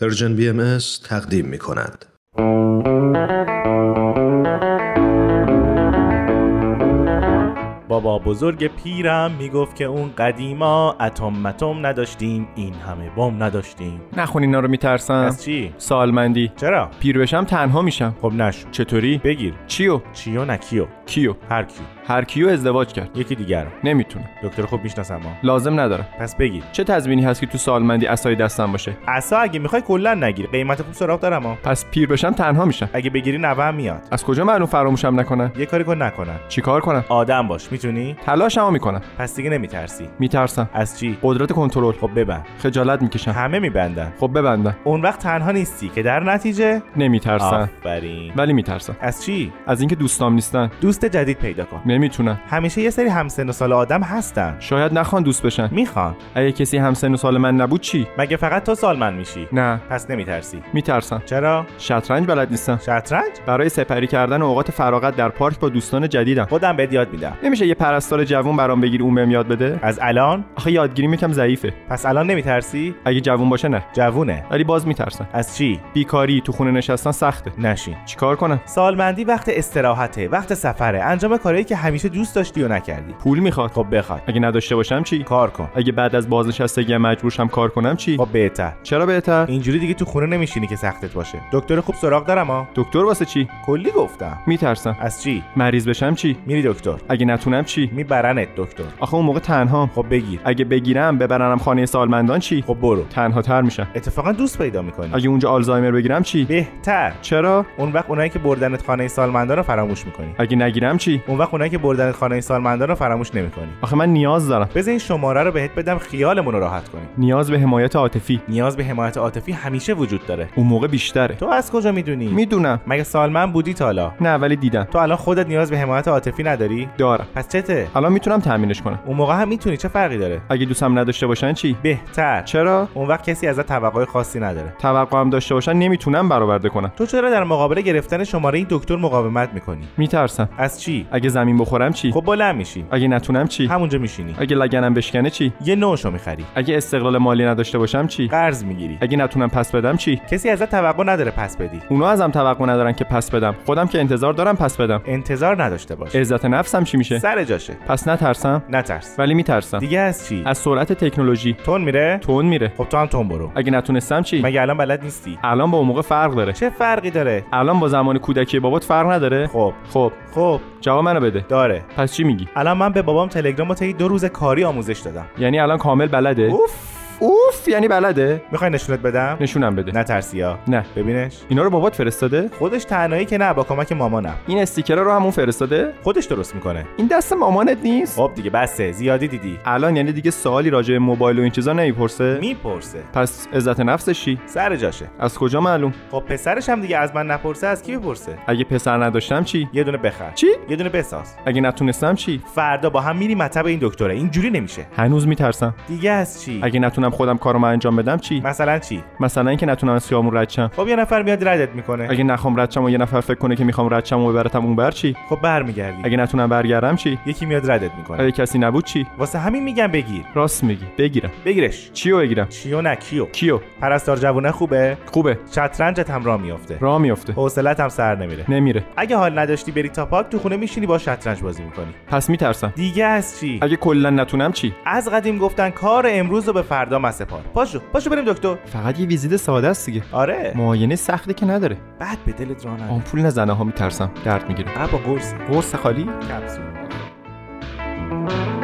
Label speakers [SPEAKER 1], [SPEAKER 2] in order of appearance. [SPEAKER 1] پرژن بی ام از تقدیم می کند.
[SPEAKER 2] بابا بزرگ پیرم میگفت که اون قدیما اتم متم نداشتیم این همه بم نداشتیم
[SPEAKER 3] نخون اینا رو میترسم
[SPEAKER 2] از چی
[SPEAKER 3] سالمندی
[SPEAKER 2] چرا
[SPEAKER 3] پیر بشم تنها میشم
[SPEAKER 2] خب نشو
[SPEAKER 3] چطوری
[SPEAKER 2] بگیر
[SPEAKER 3] چیو
[SPEAKER 2] چیو نکیو
[SPEAKER 3] کیو
[SPEAKER 2] هر کی
[SPEAKER 3] هر کیو ازدواج کرد
[SPEAKER 2] یکی دیگر رو.
[SPEAKER 3] نمیتونم
[SPEAKER 2] دکتر خوب میشناسم ها
[SPEAKER 3] لازم ندارم
[SPEAKER 2] پس بگیر
[SPEAKER 3] چه تضمینی هست که تو سالمندی اسای دستم باشه
[SPEAKER 2] اصلا اگه میخوای کلا نگیر قیمت خوب سراغ دارم ها
[SPEAKER 3] پس پیر بشم تنها میشم
[SPEAKER 2] اگه بگیری نوه میاد
[SPEAKER 3] از کجا معلوم فراموشم نکنن
[SPEAKER 2] یه کاری کن نکنن
[SPEAKER 3] چیکار کنم
[SPEAKER 2] آدم باش میتونی
[SPEAKER 3] تلاشمو میکنم
[SPEAKER 2] پس دیگه نمیترسی
[SPEAKER 3] میترسم
[SPEAKER 2] از چی
[SPEAKER 3] قدرت کنترل
[SPEAKER 2] خب ببند
[SPEAKER 3] خجالت میکشم
[SPEAKER 2] همه میبندن
[SPEAKER 3] خب ببندم
[SPEAKER 2] اون وقت تنها نیستی که در نتیجه
[SPEAKER 3] نمیترسم
[SPEAKER 2] آفرین
[SPEAKER 3] ولی میترسم
[SPEAKER 2] از چی
[SPEAKER 3] از اینکه دوستام نیستن
[SPEAKER 2] دوست جدید پیدا کن
[SPEAKER 3] نمیتونم
[SPEAKER 2] همیشه یه سری همسن و سال آدم هستن
[SPEAKER 3] شاید نخوان دوست بشن
[SPEAKER 2] میخوان
[SPEAKER 3] اگه کسی همسن و سال من نبود چی
[SPEAKER 2] مگه فقط تو سالمند میشی
[SPEAKER 3] نه
[SPEAKER 2] پس نمیترسی
[SPEAKER 3] میترسم
[SPEAKER 2] چرا
[SPEAKER 3] شطرنج بلد نیستم
[SPEAKER 2] شطرنج
[SPEAKER 3] برای سپری کردن اوقات فراغت در پارک با دوستان جدیدم
[SPEAKER 2] خودم بهت یاد میدم
[SPEAKER 3] نمیشه یه پرستار جوون برام بگیر اون بهم یاد بده
[SPEAKER 2] از الان
[SPEAKER 3] آخه یادگیریم یکم ضعیفه
[SPEAKER 2] پس الان نمیترسی
[SPEAKER 3] اگه جوون باشه نه
[SPEAKER 2] جوونه
[SPEAKER 3] ولی باز میترسم
[SPEAKER 2] از چی
[SPEAKER 3] بیکاری تو خونه نشستن سخته
[SPEAKER 2] نشین
[SPEAKER 3] چیکار کنم
[SPEAKER 2] سالمندی وقت استراحته وقت سفره انجام کارهایی که همیشه دوست داشتی و نکردی
[SPEAKER 3] پول میخواد
[SPEAKER 2] خب بخواد
[SPEAKER 3] اگه نداشته باشم چی
[SPEAKER 2] کار کن
[SPEAKER 3] اگه بعد از بازنشستگی مجبورشم کار کنم چی
[SPEAKER 2] خب بهتر
[SPEAKER 3] چرا بهتر
[SPEAKER 2] اینجوری دیگه تو خونه نمیشینی که سختت باشه دکتر خوب سراغ دارم ها
[SPEAKER 3] دکتر واسه چی
[SPEAKER 2] کلی گفتم
[SPEAKER 3] میترسم
[SPEAKER 2] از چی
[SPEAKER 3] مریض بشم چی
[SPEAKER 2] میری دکتر
[SPEAKER 3] اگه نتونم چی
[SPEAKER 2] میبرنت دکتر
[SPEAKER 3] آخه اون موقع تنهام
[SPEAKER 2] خب بگیر
[SPEAKER 3] اگه بگیرم ببرنم خانه سالمندان چی
[SPEAKER 2] خب برو
[SPEAKER 3] تنها تر میشم
[SPEAKER 2] اتفاقا دوست پیدا میکنی
[SPEAKER 3] اگه اونجا آلزایمر بگیرم چی
[SPEAKER 2] بهتر
[SPEAKER 3] چرا
[SPEAKER 2] اون وقت اونایی که بردنت خانه سالمندان رو فراموش میکنی
[SPEAKER 3] اگه نگیرم چی
[SPEAKER 2] اون وقت اونایی که بردنت خانه سالمندان رو فراموش نمیکنی
[SPEAKER 3] آخه من نیاز دارم
[SPEAKER 2] بذار این شماره رو بهت بدم خیالمون رو راحت کنیم
[SPEAKER 3] نیاز به حمایت عاطفی
[SPEAKER 2] نیاز به حمایت عاطفی همیشه وجود داره
[SPEAKER 3] اون موقع بیشتره
[SPEAKER 2] تو از کجا میدونی
[SPEAKER 3] میدونم
[SPEAKER 2] مگه سالمند بودی تا حالا
[SPEAKER 3] نه ولی دیدم
[SPEAKER 2] تو الان خودت نیاز به حمایت عاطفی نداری
[SPEAKER 3] دارم
[SPEAKER 2] پس چته
[SPEAKER 3] الان میتونم تامینش کنم
[SPEAKER 2] اون موقع هم میتونی چه فرقی داره
[SPEAKER 3] اگه دوستم نداشته باشن چی
[SPEAKER 2] بهتر
[SPEAKER 3] چرا
[SPEAKER 2] اون وقت کسی ازت توقع خاصی نداره
[SPEAKER 3] توقعم داشته باشن نمیتونم برآورده کنم
[SPEAKER 2] تو چرا در مقابل گرفتن شماره این دکتر مقاومت میکنی
[SPEAKER 3] میترسم
[SPEAKER 2] از چی
[SPEAKER 3] اگه زمین بخورم چی
[SPEAKER 2] خب بلند میشی
[SPEAKER 3] اگه نتونم چی
[SPEAKER 2] همونجا میشینی
[SPEAKER 3] اگه لگنم بشکنه چی
[SPEAKER 2] یه نوشو میخری
[SPEAKER 3] اگه استقلال مالی نداشته باشم چی
[SPEAKER 2] قرض میگیری
[SPEAKER 3] اگه نتونم پس بدم چی
[SPEAKER 2] کسی ازت توقع نداره پس بدی
[SPEAKER 3] اونا ازم توقع ندارن که پس بدم خودم که انتظار دارم پس بدم
[SPEAKER 2] انتظار نداشته باش
[SPEAKER 3] عزت نفسم چی میشه
[SPEAKER 2] سر جاشه
[SPEAKER 3] پس نترسم
[SPEAKER 2] نترس
[SPEAKER 3] ولی میترسم
[SPEAKER 2] دیگه از چی
[SPEAKER 3] بله. از سرعت تکنولوژی
[SPEAKER 2] تون میره
[SPEAKER 3] تون میره
[SPEAKER 2] خب تو هم تون برو
[SPEAKER 3] اگه نتونستم چی
[SPEAKER 2] مگه الان بلد نیستی
[SPEAKER 3] الان با اون موقع فرق داره
[SPEAKER 2] چه فرقی داره
[SPEAKER 3] الان با زمان کودکی بابات فرق نداره
[SPEAKER 2] خب
[SPEAKER 3] خب
[SPEAKER 2] خب
[SPEAKER 3] جواب منو بده
[SPEAKER 2] داره
[SPEAKER 3] پس چی میگی
[SPEAKER 2] الان من به بابام تلگرام رو طی دو روز کاری آموزش دادم
[SPEAKER 3] یعنی الان کامل بلده
[SPEAKER 2] اوف
[SPEAKER 3] اوف یعنی بلده
[SPEAKER 2] میخوای نشونت بدم
[SPEAKER 3] نشونم بده
[SPEAKER 2] نترسی ها
[SPEAKER 3] نه
[SPEAKER 2] ببینش
[SPEAKER 3] اینا رو بابات فرستاده
[SPEAKER 2] خودش تنهایی که نه با کمک مامانم
[SPEAKER 3] این استیکرا رو همون فرستاده
[SPEAKER 2] خودش درست میکنه
[SPEAKER 3] این دست مامانت نیست
[SPEAKER 2] خب دیگه بسه زیادی دیدی
[SPEAKER 3] الان یعنی دیگه سوالی راجع به موبایل و این چیزا نمیپرسه
[SPEAKER 2] میپرسه
[SPEAKER 3] پس عزت نفسش چی
[SPEAKER 2] سر جاشه
[SPEAKER 3] از کجا معلوم
[SPEAKER 2] خب پسرش هم دیگه از من نپرسه از کی بپرسه
[SPEAKER 3] اگه پسر نداشتم چی
[SPEAKER 2] یه دونه بخر
[SPEAKER 3] چی
[SPEAKER 2] یه دونه بساز
[SPEAKER 3] اگه نتونستم چی
[SPEAKER 2] فردا با هم میری مطب این دکتره اینجوری نمیشه
[SPEAKER 3] هنوز میترسم
[SPEAKER 2] دیگه از چی
[SPEAKER 3] اگه نتونم خودم کارمو انجام بدم چی
[SPEAKER 2] مثلا چی
[SPEAKER 3] مثلا اینکه نتونم از خیامون رد شم
[SPEAKER 2] خب یه نفر میاد ردت میکنه
[SPEAKER 3] اگه نخوام رد شم و یه نفر فکر کنه که میخوام رد شم و ببرتم اون بر چی
[SPEAKER 2] خب برمیگردی
[SPEAKER 3] اگه نتونم برگردم چی
[SPEAKER 2] یکی میاد ردت میکنه
[SPEAKER 3] اگه کسی نبود چی
[SPEAKER 2] واسه همین میگم بگیر
[SPEAKER 3] راست میگی بگیرم
[SPEAKER 2] بگیرش
[SPEAKER 3] چیو بگیرم
[SPEAKER 2] چیو نه کیو
[SPEAKER 3] کیو
[SPEAKER 2] پرستار جوونه خوبه
[SPEAKER 3] خوبه
[SPEAKER 2] شطرنجت هم راه میافته
[SPEAKER 3] راه میفته
[SPEAKER 2] حوصلت هم سر نمیره
[SPEAKER 3] نمیره
[SPEAKER 2] اگه حال نداشتی بری تا پارک تو خونه میشینی با شطرنج بازی میکنی
[SPEAKER 3] پس میترسم
[SPEAKER 2] دیگه از چی
[SPEAKER 3] اگه کلا نتونم چی
[SPEAKER 2] از قدیم گفتن کار امروز رو به فردا مسپار پاشو پاشو بریم دکتر
[SPEAKER 3] فقط یه ویزیت ساده است دیگه
[SPEAKER 2] آره
[SPEAKER 3] معاینه سخته که نداره
[SPEAKER 2] بعد به دلت راه نده
[SPEAKER 3] آمپول نزنه ها میترسم درد میگیره
[SPEAKER 2] بابا قرص
[SPEAKER 3] قرص خالی
[SPEAKER 2] کپسول